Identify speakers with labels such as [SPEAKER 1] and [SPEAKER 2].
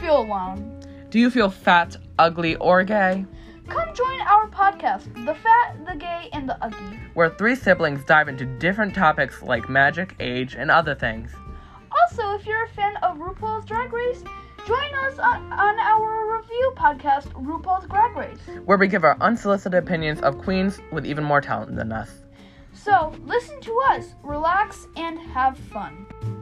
[SPEAKER 1] feel alone,
[SPEAKER 2] Do you feel fat, ugly, or gay?
[SPEAKER 1] come join our podcast, The Fat, the Gay, and the Ugly.
[SPEAKER 2] Where three siblings dive into different topics like magic, age, and other things.
[SPEAKER 1] Also, if you're a fan of RuPaul's Drag Race, join us on, on our review podcast, RuPaul's Drag Race.
[SPEAKER 2] Where we give our unsolicited opinions of queens with even more talent than us.
[SPEAKER 1] So, listen to us, relax, and have fun.